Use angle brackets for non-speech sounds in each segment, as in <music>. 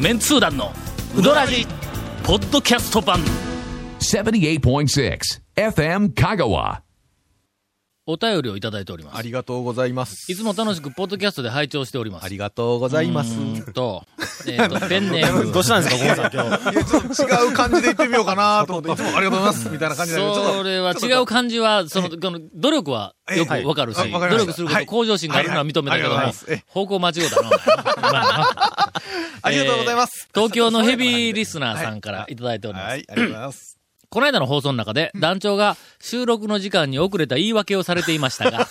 メンツー団のウドラジポッドキャスト版78.6 FM Kagawa. お便りをいただいておりまあすりがとうございます。いつも楽しくポッドキャストで拝聴しておりますありがとうございます。 <laughs> と,、えー、とペンネームどうしたんですか違う感じで言ってみようかな <laughs> と思って、いつもありがとうございますみたいな感じで、ちょっそとれは違う感じは、その、この努力はよくわかるし、ええはいあわか努り力ましたするこはと、い向上心があるのは認めたけどもはいはいありがとうございますええ、方向間違うだなお前 <laughs> ありがとうございます。えー東京のヘビーリスナーさんからいただいております。はい、ありがとうございます。この間の放送の中で、団長が収録の時間に遅れた言い訳をされていましたが、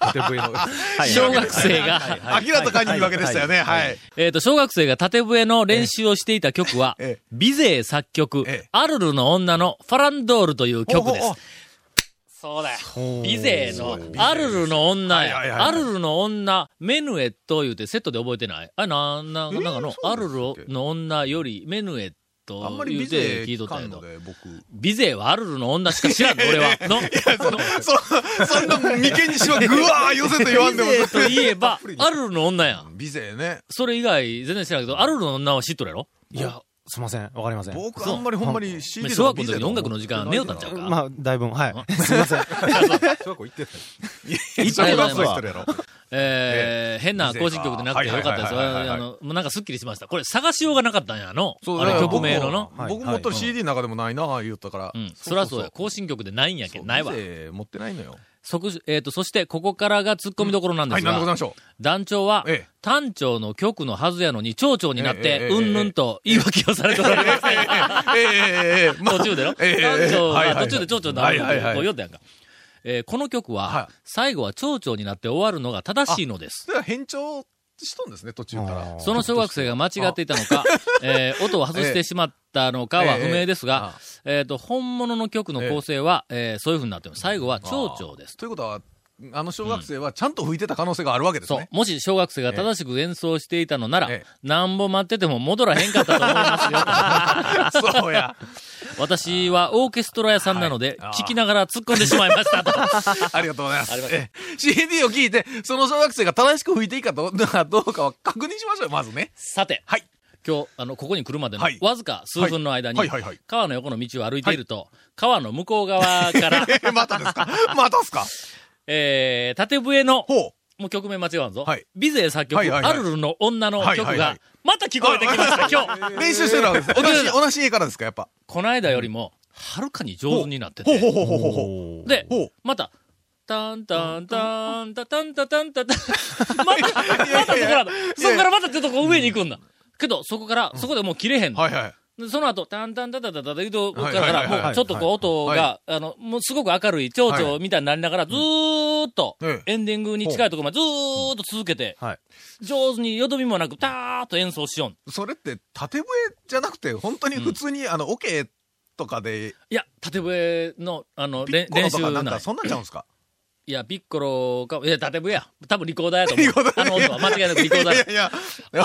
縦笛の。小学生が、明らかに言い訳でしたよね。はい。えっ、と、小学生が縦笛の練習をしていた曲は、ええビゼー作曲、ええアルルの女のファランドールという曲でおおおす。そうだよ。ビゼーの、アルルの女や、はいはいはいアルルの女、メヌエット言うてセットで覚えてないあ、なん、なんなんかの、アルルの女よりメヌエットあんまり言ビうゼてー聞いと聞ったかんやんけのど、で、僕。ビゼーはアルルの女しか知らんの、 <laughs> 俺は。の、のそ、 <laughs> そんな眉間にしわぐわー寄せと言わんでもビゼーといえば、アルルの女やん。ビゼーね。それ以外全然知らんけど、アルルの女は知っとるやろいや、すみません。わかりません。僕あんまりほんまに CD 小学校の時の音楽の時間寝よったんちゃうかまあ、だいぶん、はい。すみません。小学校行ってた。 <laughs> い一つも緒やのっやてまするやろ。えー、変な更新曲でなくてよかったです。はいはいはいはあいの、もうなんかスッキリしました。これ探しようがなかったんやの。そあうだれから曲名のの。僕も僕持っとる CD の中でもないなあ言うたから。うん。そらそうや。更新曲でないんやけん、そうないわビ。ゼー持ってないのよ。即し、えっ、と、そしてここからが突っ込みどころなんではい、すなんでござが、いましょう。団長は、ええ単調の曲のはずやのに、長調になっええて、ええうんぬんと言い訳をされておられます。 <laughs> ええええええま <laughs> あ途中でよ。 <laughs> ええええ単調はいがはい途中で蝶々になるってこう言うたやんか。えーこの曲はは、最後は蝶々になって終わるのが正しいのです。では変調しとんですね、途中から。その小学生が間違っていたのか、えー音を外してしまったのかは不明ですが、えっ、と、本物の曲の構成は、えーそういう風になってます。最後は蝶々です。ということは、あの小学生はちゃんと吹いてた可能性があるわけですそうね。。もし小学生が正しく演奏していたのならええ、なんぼ待ってても戻らへんかったと思いますよ。 <laughs> そ <laughs> うや。私はオーケストラ屋さんなので、はいあー聞きながら突っ込んでしまいましたと。ありがとうございます。ええ CD を聞いて、その小学生が正しく吹いていいかどうどうかは確認しましょうよ、まずね。 <laughs> さて、はい今日、あの、ここに来るまでのはいわずか数分の間にはいはいはいはい、川の横の道を歩いていると、川の向こう側 <laughs> から、えまたですかまたですかえー、縦笛の、ほう。もう曲名間違わんぞ。はいビゼー作曲、はいはいはいアルルの女のはい曲はいはがい、また聞こえてきました、今日。練習してるわけです。同じ、同じ家からですか、やっぱ。この間よりも、はるかに上手になってほうほて。うほうほうほうほでほう、また、タンタンタンタタンタタンタタン、また、またそこいやいやいやから、そこからまたちょっとこう上に行くんだ。けど、そこから、そこでもう切れへんう。のはいはい。でその後、タンタンタタタタというとこはいからはいかはいら、はもいうちょっとこう音が、あの、もうすごく明るい、蝶々みたいになりながら、ずーっとえ、えエンディングに近いところまでずーっと続けて、はい。上手によどみもなく、たーっと演奏しよん。それって、縦笛じゃなくて、本当に普通に、あの、オケとかで、いや、縦笛の、あの、ピれんッコロ練と習かなんなか、い。そんなんちゃうんで <laughs> すかいや、ピッコロか、いや、縦笛や。多分リコーダーやと思リコーうダ。ーあの音は、間違いなくリコーダーや。 <laughs> いやいや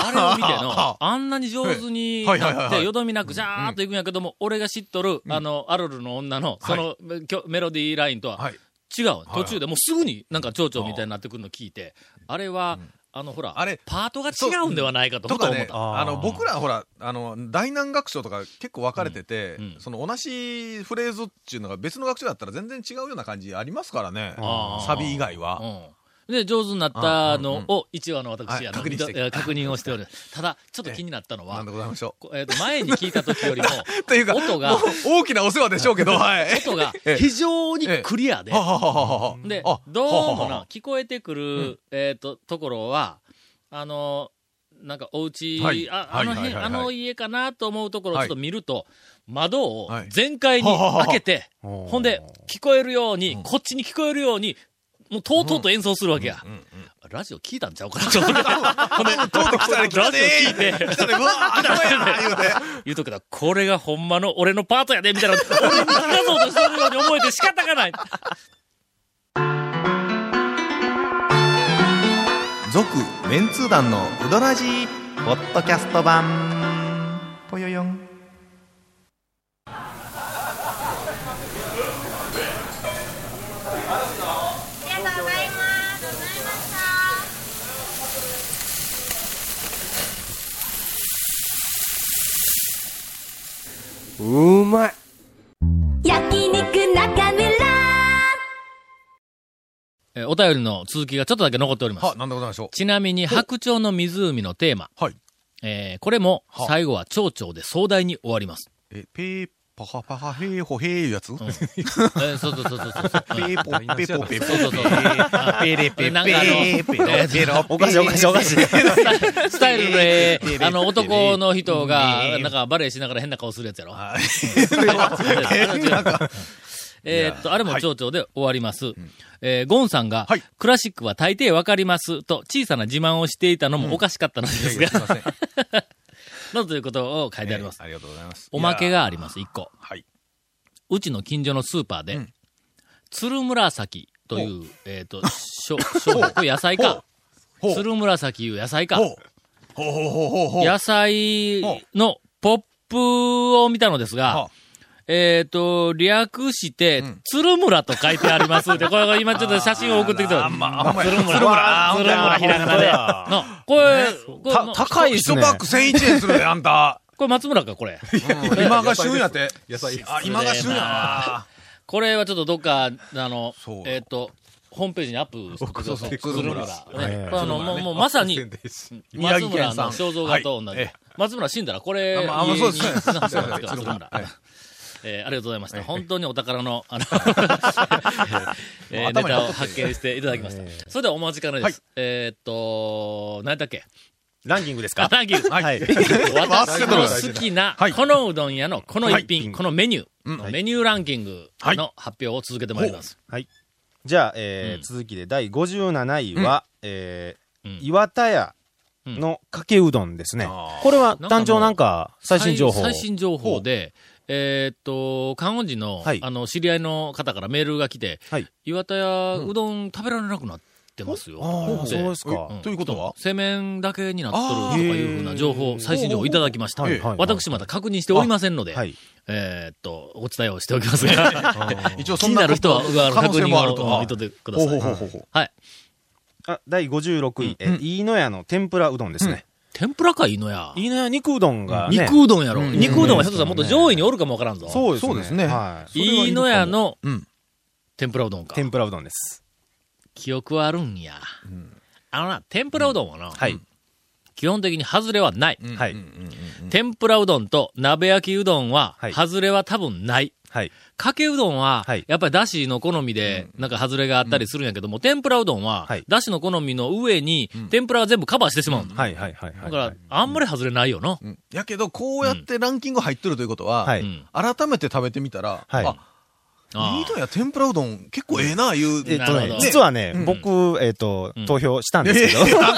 あれを見て <laughs> あの、あんなに上手にはいはいはいなっはて、いよどみなく、じゃーっといくんやけども、俺が知っとる、あの、アルルの女の、その、きょメロディーラインとは、はい。違う。途中でもうすぐになんか蝶々みたいになってくるの聞いて、あれは、あのほら、あれパートが違うんではないかととふとか思っね、た。あーあの、僕らほら、あの、大難学賞とか結構分かれてて、うんうんその同じフレーズっていうのが別の学賞だったら全然違うような感じありますからねあー。サビ以外は。うんで、上手になったのを、1話のは私、いあの確認してえー確認をしておる。ただ、ちょっと気になったのなはんで、ございましょこえーと前に聞いた時 <laughs> よりも、う。というか、 <laughs> 音がもう大きなお世話でしょうけ <laughs> ど、はい。音がええ非常にクリアでは、ははははであ、どうもははな、聞こえてくる、えっと、ところは、あの、なんかお家、はいあはあいのはい辺、はいあの家かなと思うところをちょはっいと見ると、窓をはい全開にはははは開けて、おーほんで、聞こえるように、こっちに聞こえるように、もうとうとうと演奏するわけや。ラジオ聞いたんちゃう <laughs> かなと思って。ほんで、とうとう来たね来ラたねジオ聞いて、来たね、うわー、来たね、言うて。言うとくけど、これがほんまの俺のパートやで、みたいな、俺に聞かそうとしてるように思えて仕方がない。続メンツー団のウドラジーポッドキャスト版ぽよよんありがとうございます。ございました。うまい焼肉中村えーお便りの続きがちょっとだけ残っております。は、なんでございましょちなみに、白鳥の湖のテーマ。う。はい。えーこれもは、最後は蝶々で壮大に終わり <laughs> ます。え、ペー、パハパハヘーホヘーいうやつうんえーそうそうそうそうそう。 <laughs> ペうんーポッペポペポそうそうそう。ペレペでなんかあのペペロえーペロおかしいおかしいおかしい。スタイルで、あの、男の人が、なんかバレエしながら変な顔するやつやろ。 <laughs> えーっと、あれも町長で終わります。えーゴンさんが、はいクラシックは大抵わかりますと小さな自慢をしていたのもおかしかったのです <laughs> が、ません。などということを書いてあります。ありがとうございます。おまけいやがあります、一個。ー。はい。うちの近所のスーパーで、鶴紫という、えーっと、しょ、小学野菜か。ほう鶴紫いう野菜かほ。う。ほうほうほうほうほう。野菜のポップを見たのですはがあ、えっ、と、略して、鶴村と書いてあります。で、これ今ちょっと写真を送ってきた。あ、鶴村。鶴あ村。鶴村ひらがなで。のこれ、これ、た高いっす一ね。パック1001円するで、あんた。これ松村か、これ。今が旬やて。野菜。あ、今が旬やな。これはちょっとどっか、あのそう、よえっ、と、ホームページにアップしてください。そう鶴そう村。ね鶴これあの、もう、もうまさに、宮松城村県さのん肖像画と同はじ。いええ松村死んだら、これ、あまあまあ家そうですねにそうなんですよそうですね鶴村。えーありがとうございました。本当にお宝の、 <laughs> あの、えーネ頭にタを貼っと発見していただきました。それではお待ちかねです。はいえーっと、何だっけランキングですあかランキング。はい。私の好きな、はいこのうどん屋のこの一は品、いこのメニューのはいメニューランキングはいの発表を続けてまいります。じゃあ、えーうん続きで第57位は、えうーん岩田屋のかけうどんですね。あーこれは単調なんか最新情最報。最新情報で、えーっと、看護師の、はいあの、知り合いの方からメールが来て、はい岩田屋、うどん食べられなくなってますよ。ああ、でそうですか。んということは製麺だけになっとるあとーかいうふうな情報、最新情報をいただきました。はいはいはい私まだ確認しておりませんので、はい。えーっと、お伝えをしておきますが、一応 <laughs> 気そにんなるこ人とは、あの可能確性認もあるをと。見とってください。ほうほうほうほうはい。あ第56位、えうーん飯野屋の天ぷらうどんですね。天ぷらかいいのや。飯野屋肉うどんが、ね。肉うどんやろ。うん肉うどんはひょっとしたらもっと上位におるかもわからんぞ。そうですね。そうですねはい。いいのやのうん、天ぷらうどんか。天ぷらうどんです。記憶はあるんや。あのな、天ぷらうどんはな、はい。基本的に外れはない。はい。天ぷらうどんと鍋焼きうどんはは、い外れは多分ない。はい。かけうどんははい、やっぱりだしの好みで、なんか外れがあったりするんやけども、天ぷらうどんははい、だしの好みの上に、天ぷらは全部カバーしてしまうの。はい。はい。はい。はだい。かはらい、あんまり外れないよな。うんやけど、こうやってランキング入ってるということは、はうい。ん改めて食べてみたら、はいあ、ああミートや天ぷらうどん結構ええな、いう。えっとなるねほど、実はね、僕、えっと、投票したんですけど、 <laughs> な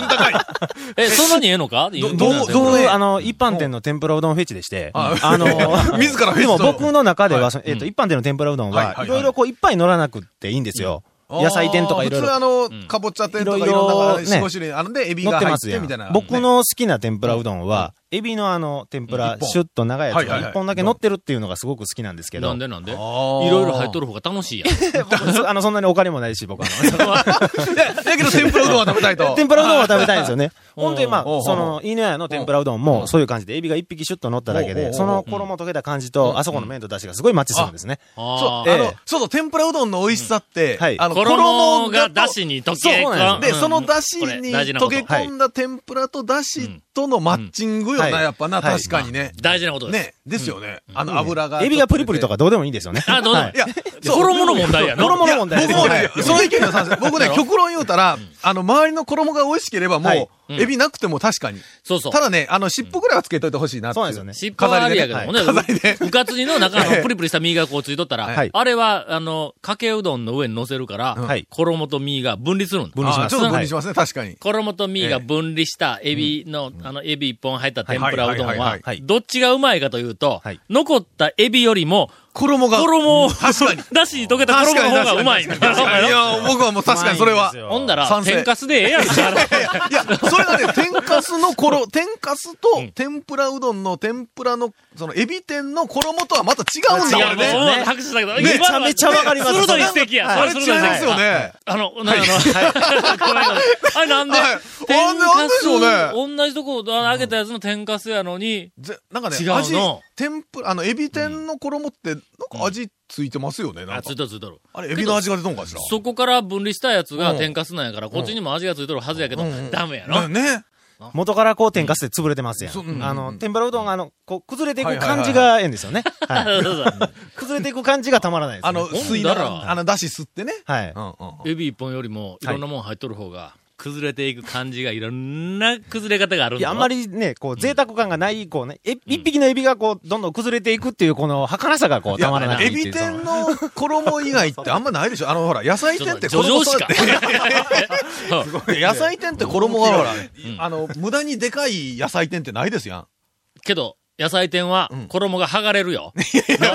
ん高い。 <laughs> え、そんなにええのかどどうどう僕、あの、一般店の天ぷらうどんフェチでして、あ、あの <laughs> 自らフェチでとも僕の中ではは、そのえっと、一般店の天ぷらうどんはいはいはは、いいろいろこう、いっぱい乗らなくっていいんですよ。 <laughs> 野菜店とかいろい普通ろあの、かぼちゃ店とかいいろいろろんなね4、5種類あるんで、エビ乗がって入まっすやてみんたいな。。僕 <laughs> ね、の好きな天ぷらうどんは、エビのあの、天ぷうらん、一本シュッと長いやはついはいはいが一本だけ乗ってるっていうのがすごく好きなんですけど、なんでなんでいいろいろ入っとる方が楽しいやん。僕 <laughs> あの、そんなにお金もないし、僕あのる。だけど天ぷらうどんは食べたいと。 <laughs> 天ぷらうどんは食べたいんですよね。 <laughs> ほんで、まあおう、その、犬屋の天ぷらうどんも、そういう感じで、エビが一匹シュッと乗っただけおうおうおうで、その衣溶けた感じと、あそこの麺と出汁がすごいマッチするんですね。あそう、ーあえのえ、そうそう、天ぷらうどんの美味しさって、はいあの、衣がとだしに溶そけうな込んんで、そのだしこれに大事なこ溶とけ込んだ天ぷらとだしとのマッチングようんな、はいやっぱな、はい確かにね。大事なことです。ね、ですよね。あの、油が。エビがプリプリとかどうでもいいんですよね。あ、どうはだいいや、そう衣の問題 <laughs> やな。衣の問題僕ですもねね、その意見の賛 <laughs> 成。僕ね、極論言うたら、あの、周りの衣が美味しければ、はいもう、うんエビなくても確かに。そうそうた。だね、あの、尻尾ぐらいはつけといてほしいなっていそうなんですよね尻尾はありやけどもね、飾りでううかつにの <laughs> 中のプリプリした身がこうついとったら、はいあれは、あの、かけうどんの上に乗せるから、はい衣と身が分離するんだ分離しあまーすちょっと分離しますね、確かに。衣と身が分離したエビの、あの、エビ一本入った天ぷらうどんはいはいははいは、いどっちがうまいかというとはい、残ったエビよりも、衣が。衣を、確 <laughs> かに。だしに溶けた衣の方がうまいんだ。確 <laughs> かにいや、僕はもう確かにそれは。ほんだら、賛成天かすでええやんか。 <laughs> いや、それがね、天かすの衣、天かすとうん天ぷらうどんの天ぷらの、その、エビ天の衣とはまた違うんだ違よう、もうね。今の拍手だけど、めちゃめちゃわかります今のは鋭い指摘や。あれ違いますよ。ね。あの、 <laughs> な、あの、ごめんごめんあれなんではいあ天れなんでしょうねかす同じとこあげたやつの天かすやのに、ぜなんかね違う、の味、天ぷら、あの、エビ天の衣って、なんか味ついてますよね、なんあ、かつい。とるついとる。あれ、エビの味が出たんかしら。そこから分離したやつがうん天かすなんやから、こっちにも味がついとるはずやけど、ダメやろだよ。ね。元からこう天かすで潰れてますやそうんん。あの、天ぷらうどんが、あの、こう、崩れていはいくはいはい感じがええんですよね。はい <laughs> <laughs> そうそうそう崩れていく感じがたまらないですね。あの、ほんだら吸いながら、あの、だし吸ってね。はい。んうん。エビ一本よりも、いろんなもん入っとる方が、崩れていく感じが、いろんな崩れ方があるんいだや、ろあんまりね、こう、贅沢感がない、こうね、え一匹のエビがこう、どんどん崩れていくっていう、この、儚さがこいう、やたまらないエっていビう。その天の衣以外ってあんまないでしょあの、ほら、野菜ちょ天っっとて叙情し衣か。野菜天って衣がほらう、んあの、無駄にでかい野菜天ってないですやん。 <laughs> けど、野菜店はうん、衣が剥がれるよ。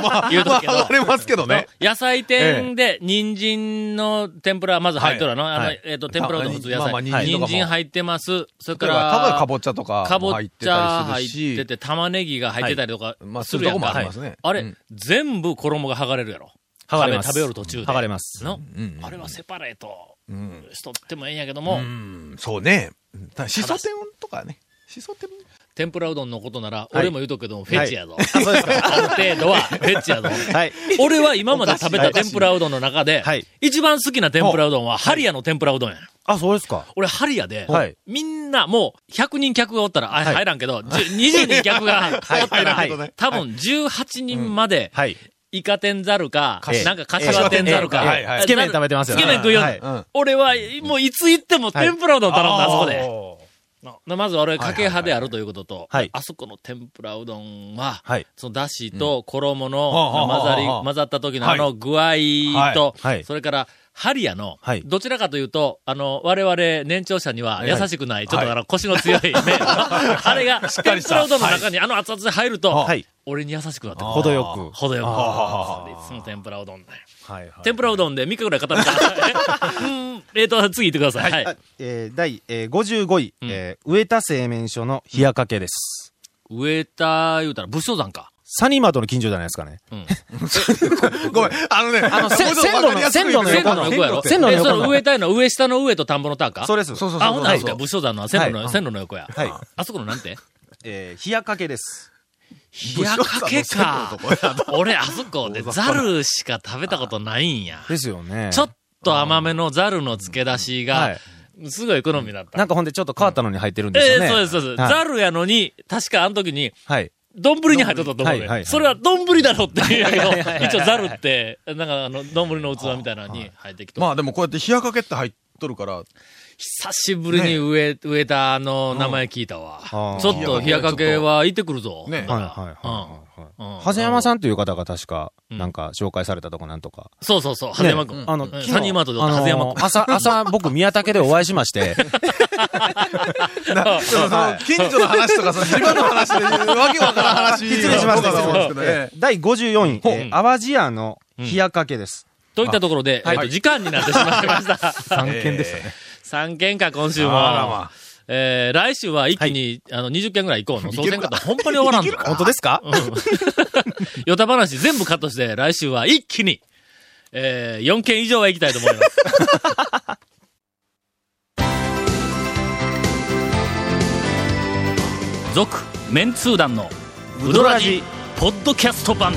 まあ、言うとまくあ、けど剥がれますけどね。野菜店で、人参の天ぷら、まず入っとるわな。あのは、えっと、天ぷらうどん普通野まあまあ人菜。参とかも人参入ってます。それか例えば、たぶら、かぼちゃとかかもぼ入っちてゃた入りっするてして、て、玉ねぎが入ってたりとかいまあ、するやんするとこもあかりますね。あうれん、全部衣が剥がれるやろ。剥がれます食べ食べよる途中で剥がれます。のうんうんあれはセパレートうん。しとってもええんやけどうも、ん、そうね。ただしそ天とかね。しそ天天ぷらうどんのことなら、い俺も言うとくけど、フェチやぞ。あそうですか。ある程度はフェチやぞ。はい。俺は今まで食べた天ぷらうどんの中ではい、一番好きな天ぷらうどんは、ハリアの天ぷらうどんや。あ、そうですか。俺、ハリアではい、みんなもう100人客がおったら、あ入らんけど、10 20人客がおったら入らんけどね、多分18人まで、はい。イカ天ざるかかし、なんかカシワ天ざるええかはいはい、つけ麺食べてますよつけ麺食うよはい。うん。俺は、もういつ行っても天ぷらうどん頼んだ、あそこで。こなまず我々、かけ派であるということと、はいあそこの天ぷらうどんは、はいそのだしと衣はのあはあ混ざり、はあ混ざった時のはいあの具合と、はいはいそれから、ハリアの、はいどちらかというと、あの、我々年長者には優しくない、ちょっとあの、腰の強い麺、あれが、か天りしぷたらうどんの中にあの熱々で入ると、はい。俺に優しくなってくる程よく。程よく。あいつも天ぷらうどんだよ。はいはい。天ぷらうどんで3日ぐらい語るから、うん、えっと、次行ってください。はいあえー第、えー、55位、うんえー、上田製麺所の冷やかけです。上田言うたら武将山か。サニーマートの近所じゃないですかね。うん。ごめん、あのね、あせ線路の、線路の線路横のの。横やろ線路のえそ横のの。上田の上下の上と田んぼの田かそうです。そうそうそう。あ、ほんならいいですか。武将山の線路の、はい線路の横や。はいあそこのなんてえー、冷やかけです。冷やかけか。俺、あそこでザルしか食べたことないんや。ですよね。ちょっと甘めのザルの漬け出しはがい、すごい好みだった。なんかほんでちょっと変わったのに入ってるんですえよね。え、そうです、そうです。はいザルやのに、確かあの時に、はい。丼に入っとったと思うはいはいはね。いそれは丼だろって言うんやいはいけはど、い一応ザルって、なんかあの、丼の器みたいなのに入ってきて。まあでもこうやって冷やかけって入っとるから、久しぶりに植え、植えたあの名前聞いたわ。あーちょっと冷やかけは行ってくるぞ。ねほんはいならはいはいはいはい。うん。長谷山んさんという方が確か、うんなんか紹介されたとこなんとか。そうそうそう、長谷山君。あの、うん昨日サニーマートでおった長谷山あの朝、朝、僕、宮武でお会いしま <laughs> して、その近所の話とか、その自分の話で、わけわからん話。失礼しましたそうだと思うんですけどね第54位、えうんー、淡路屋の冷やかけです。君。といったところで、えっと、時間になってしまいました。 3件でしたね。 3件か、今週も。あらまあえー、来週は一気に、あの、20件ぐらい行こうの。いそうけせるんかかったらほんまに終わらんぞ。本当ですかうん。ヨタ話全部カットして、来週は一気に、えー、4件以上は行きたいと思います。 <laughs> 続、メンツー団の、ウドラジ、ポッドキャスト版。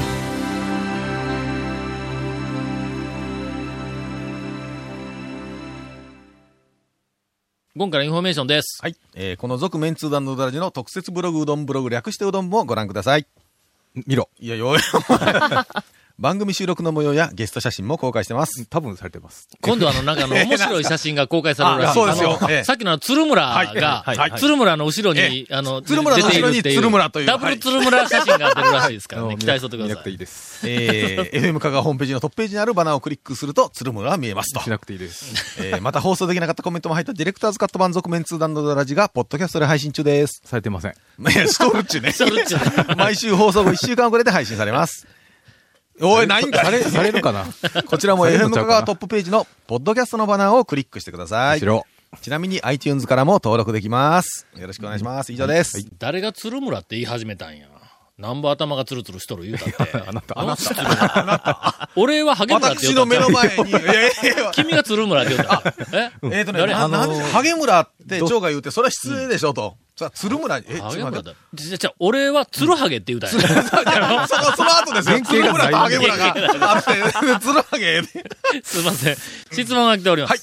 今からインフォメーションです。はい。えーこの続メンツー団のうどらじの特設ブログうどんブログ略してうどんもご覧ください。見ろ。いや、よ、 <laughs> 番組収録の模様やゲスト写真も公開してます。多分されてます。今度あの、なん <laughs> かあの、面白い写真が公開されるらしい。あそうですよあのええさっきのあの鶴村が、はいはい鶴村の後ろえに、あの、鶴村の後ろに出てるって鶴村というダブル鶴村写真が出るらしいですから <laughs> ね。期待しとってく見だなさくていい。 <laughs> いです。えー FM 香川ホームページのトップページにあるバナーをクリックすると、鶴村は見えますと。しなくていいです。えーまた放送できなかったコメントも入ったディレクターズカット版続面通談のドラジが、ポッドキャストで配信中です。されてません。 <laughs> いや、しとるっちゅうね。それっちゅうね <laughs> 毎週放送後1週間遅れで配信さ <laughs> れます。おい、ないんかされ、されるかな <laughs> こちらもされる FM のちゃ香うかな川トップページの、ポッドキャストのバナーをクリックしてください。しろ。ちなみに iTunes からも登録できます。よろしくお願いします。以上です。誰が鶴村って言い始めたんや。なんぼ頭がツルツルしとる言うたって。 <laughs> あなた、あどなうた。し <laughs> 俺はハゲムラって私言うたんちの目ゃうの前に、いやいやいや君が鶴村って言うた。え <laughs> えっとね、誰なハなんでしょうハゲ村って長が言うて、それは失礼でしょと。さ、鶴村に、え、ちょっとゲム待ラって。だ。じゃ、じゃ、俺は鶴ハゲって言うたん <laughs> や。その、その後ですよ。原鶴型村とがハなゲい村があって、鶴ハゲ。すいません。質問が来ております。はい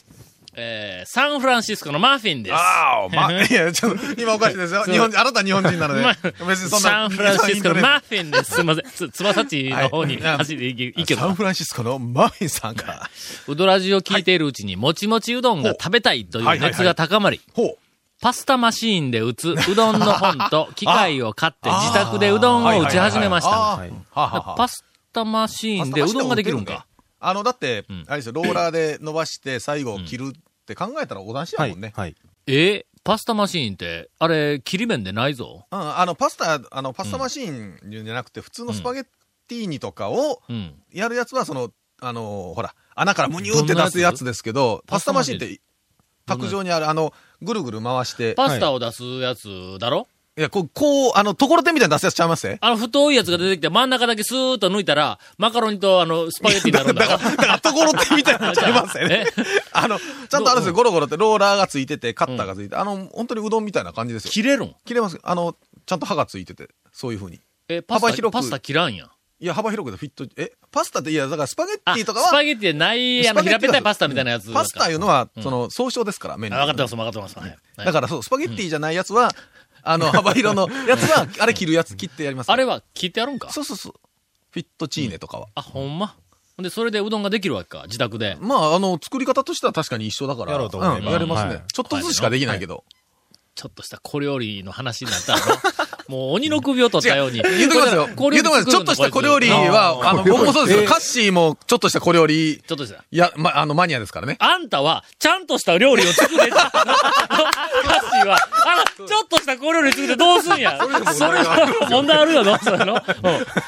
えー、サンフランシスコのマーフィンです。ああ、まあ、 <laughs> いや、ちょっと、今おかしいですよ。日本人、あなた日本人なのでまあ。別にそんな。サンフランシスコのママーフィンです。すいません。つ、つばさちの方に走り行け行けサンば。フランシスコのマフィンさんか。うどらじを聞いているうちに、もちもちうどんが食べたいという熱が高まり、ほパスタマシーンで打つうどんの本と機械を買って自宅でうどんを打ち始めまう。した。だあーはからははパスタマシーンでうどんができるんか。。あの、だってん、あれですよ、ローラーで伸ばして最後切るって考えたらおだしやはもいんね。。はい。えーパスタマシーンって、あれ、切り麺でないぞ。うん、あの、パスタ、あの、パスタマシーンじゃなくて、普通のスパゲッティーニとかをうん。やるやつは、その、あの、ほら、穴からムニューって出すやつですけど、パスタマシーンって、どんなやつ卓上にある、あの、ぐるぐる回して、パスタを出すやつだろ、いや、こう、こう、あの、ところてんみたいに出すやつちゃいますね。あの、太いやつが出てきて、真ん中だけスーッと抜いたら、マカロニと、あの、スパゲッティになるんだろ <laughs> だから、ところてんみたいになっちゃいますよ <laughs> ね。あの、ちゃんとあるんですよ、ゴロゴロってローラーがついてて、カッターがついて、あの、本当にうどんみたいな感じですよ。切れるん切れます。あの、ちゃんと刃がついてて、そういうふうに。え、パスタ、幅広くパスタ切らんやん。いや、幅広くてフィット、え、パスタって、いや、だからスパゲッあティとかスパは、ゲッティでない、あスパの、ゲッテ平ィはべったいパスタみたいなやつ。パスタいうのはう、んその、総称ですから、麺あ分かってます、分かってます。はいはいだからそう、スパゲッティじゃないやつは、あの、幅 <laughs> 広のやつは、あれ切るやつ切ってやります。あれは切ってやるんかそうそうそう。フィットチーネとかは。あ、ほんま。ほんで、それでうどんができるわけか、自宅で。まあ、あの、作り方としては確かに一緒だから。やろうと思えばんやれますね、はいちょっとずつしかできないけど。ちょっとした小料理の話にな <laughs> ったらな、もう鬼の首を取ったように。言うときますよ。これ言うときます。ちょっとした小料理。は、あの、僕もそうですよ。カッシーもちょっとした小料理、これ作るのこいつちょっとした。いや、ま、あの、マニアですからね。あんたは、ちゃんとした料理を作 <laughs> れた。カッシーは、あら、ちょっとした小料理作ってどうすんや。それは問題あるよ、どうすんの。うんい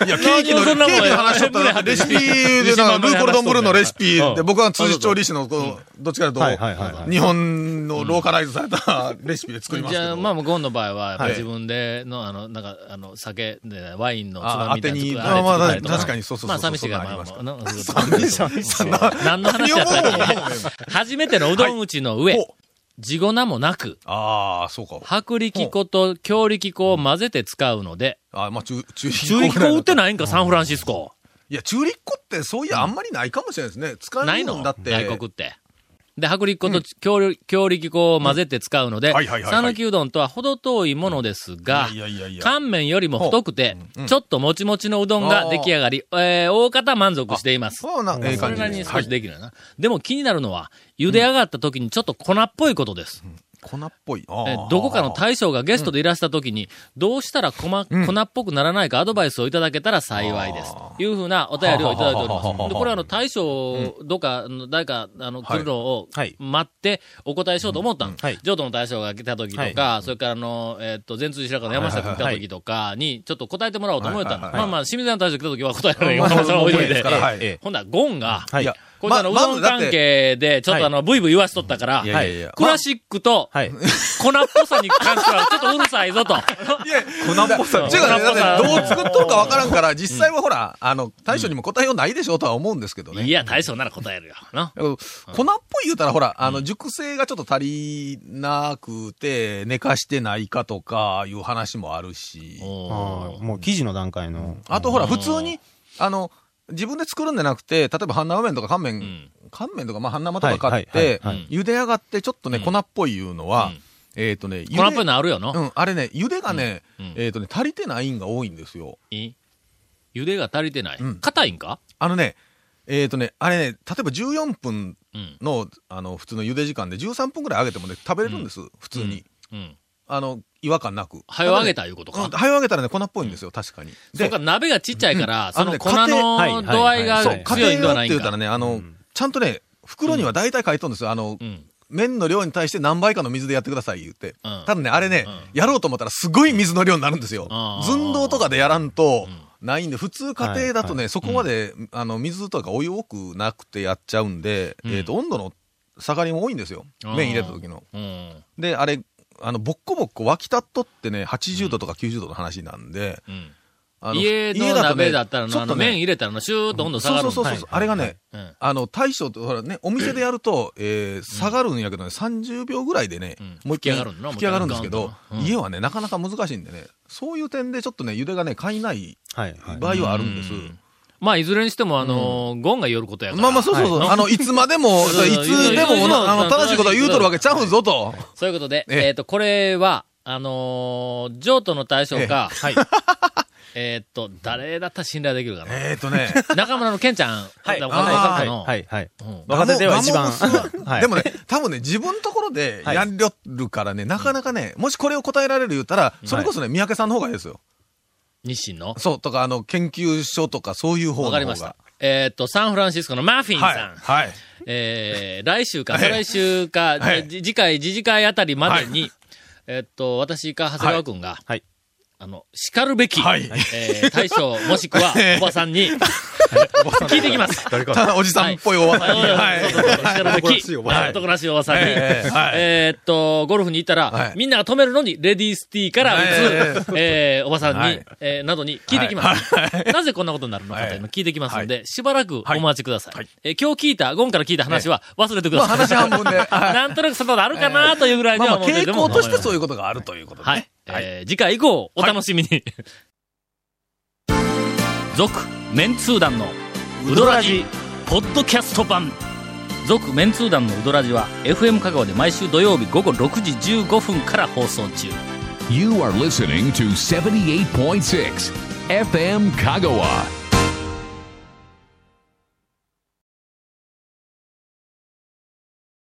や、ケーキの、ケーキの話しとったら、レシピで、なんか、ルーコルドンブルーのレシピで、僕は通常調理師の、このどっちかとはいういはいと、はいはい。日本のローカライズされたレシピで作りますじけど。ゃあ、まあ、ゴンの場合は、やっぱはい自分での、あの、なんか、あの、酒で、ワインのつあまみみたいなの作る当てにれ作ったりとまあまあ確かにそうそうそうまあ、寂しいが、そういうのありままあすかまあ、寂寂しいな何の話やった何をっ思うのけ初めてのうどん打ちの上はいほ、地粉もなく、ああ、そうか。薄力粉と強力粉を混ぜて使うので、ああ、まあ、中、中力中力粉売っていないんか、サンフランシスコ。いや、中力粉って、そういや、あんまりないかもしれないですね。使えないものんだって。外国って。で、薄力粉と強力強力粉を混ぜて使うのでんはいはい、はいは讃い岐うどんとは程遠いものですがいやいやいやい、や乾麺よりも太くて、ちょっともちもちのうどんあがー出来上がり、えー大方満足しています。そうな、ええそ感れじなりでにす。少しできるよな。でも気になるのは、茹で上がった時にちょっと粉っぽいことです。粉っぽい。えああどこかの大将がゲストでいらした時に、どうしたら粉粉っぽくならないかアドバイスをいただけたら幸いです。というふうなお便りをいただいておりまはははははす。でこれはあの大将、どっか、あの誰か、あの、来るのをはい待ってお答えしようと思ったの。はい譲渡の大将が来た時とか、それからあの、えっと、全通寺白河の山下君来た時とかに、ちょっと答えてもらおうと思ったの。はいはいまあまあ、清水屋の大将来た時は答えられまなあい。まあそれは置いといもういいてですからはい。ええほんなら、ゴンが、はいいや、こいつあの、うまどんずだっ関て係で、ちょっとあの、ブイブイ言わしとったから、いやいやいやクラシックと、はい。粉っぽさに関しては、ちょっとうるさいぞと。いや、粉っぽさ。違うね、だって、どう作っとるかわからんから、実際はほら、あの、大将にも答えようないでしょうとは思うんですけど <laughs> ね。いや、大将なら答えるよ。な。だけど粉っぽい言うたら、ほら、あの、熟成がちょっと足りなくて、寝かしてないかとかいう話もあるし、 <laughs> あーもう記事の段階の。あとほら、普通に、あの、自分で作るんじゃなくて、例えば半生麺とか乾麺、ん乾麺とか、まあ、半生とか買っはいはいてはいはい、茹で上がってちょっとね、粉っぽいいうのは、えっとね、粉っぽいなのあるよな。うん、あれね、茹でがね、うんうんえっとね、足りてないんが多いんですよ。いい茹でが足りてないうん。硬いんかあのね、えっ、とね、あれね、例えば14分うん。の、あの、普通の茹で時間で13分ぐらい揚げてもね、食べれるんです、普通に。うん。あの、違和感なく。早揚げたいいうことうん、か。早揚げたらね、粉っぽいんですよ、確かに。そうか、鍋がちっちゃいから、そあののね粉家の庭度合いがそう、強い家んでは庭用っなてい言んうたらか。ね、あの、ちゃんとね、袋には大体書いとるんですよ、あの、うん。麺の量に対して何倍かの水でやってください言って。うんただね、あれね、やろうと思ったらすごい水の量になるんですよあ。ー寸胴とかでやらんと、ないんで、普通家庭だとね、そこまで、あの、水とかお湯多くなくてやっちゃうんで、んえっ、と、温度の下がりも多いんですよ。あー麺入れた時の。うん。で、あれ、あの、ボッコボッコ沸き立っとってね、80度とか90度の話なんで、うん。あの家のだとね鍋だったらちの、ょあっのとね麺入れたらの、シューッと温度下そうがるその。うそうそう、あれがね、うんあの、大将と、ほらね、お店でやると、えー下がるんやけどね、30秒ぐらいでね、うんもう吹き一回上がるんだな吹き上がるんですもけうど一、回ガンとなうん家はね、なかなか難しいんでね、そういう点でちょっとね、茹でがね、買いないはい。場合はあるんです。うんまあ、いずれにしても、あのーゴンが寄ることやから。まあまあ、そうそうそう。はいあの、いつまでも、そうそういつでもいつでもな、あの、正しいことは言うとるわけちゃうんぞと。そういうことで、えええっ、と、これは、あのー譲渡の対象か、はい。 <laughs> えっと、誰だったら信頼できるかな。えーっとね、中村のケンちゃん、はいわかあったーの。はい、はい。うん若手では一番摩耗するはいでもね、多分ね、自分のところでやりょるからね、なかなかね、もしこれを答えられる言うたら、それこそね、三宅さんの方がいいですよ。日清の。そう、とか、あの、研究所とか、そういう方わの方かが。りました。。えっ、と、サンフランシスコのマーフィンさん。はい。はい。えー来週か、再来週か、はいじ次回、次次回あたりまでに、えっと、私か長谷川くんが、はいあの、叱るべき、はいえー大将、もしくは、おばさんに、聞いてきます。誰か。たおじさんっぽいおばさんに。はい。そうそうそう叱るべ男らしき、いおばさん男らしいおばさんに、ええはいえーっと、ゴルフに行ったら、はいみんなが止めるのに、レディースティーから打つ、えーおばさんに、はいえーなどに聞いてきます、なぜこんなことになるのかというのを聞いてきますので、しばらくお待ちください。はいえー今日聞いた、ゴンから聞いた話は忘れてくまだあ、さい。<laughs> 話半分で。はいなんとなくそんなのあるかなというぐらいにまあはまあ、思って傾ても。向としてそういうことがあるということでね。はい。えー次回以降、お楽しみに。続、メンツー団の、ウドラジ、ポッドキャスト版。続、メンツー団のウドラジは、FM 香川で毎週土曜日午後6時15分から放送中。 You are listening to 78.6 FM Kagawa.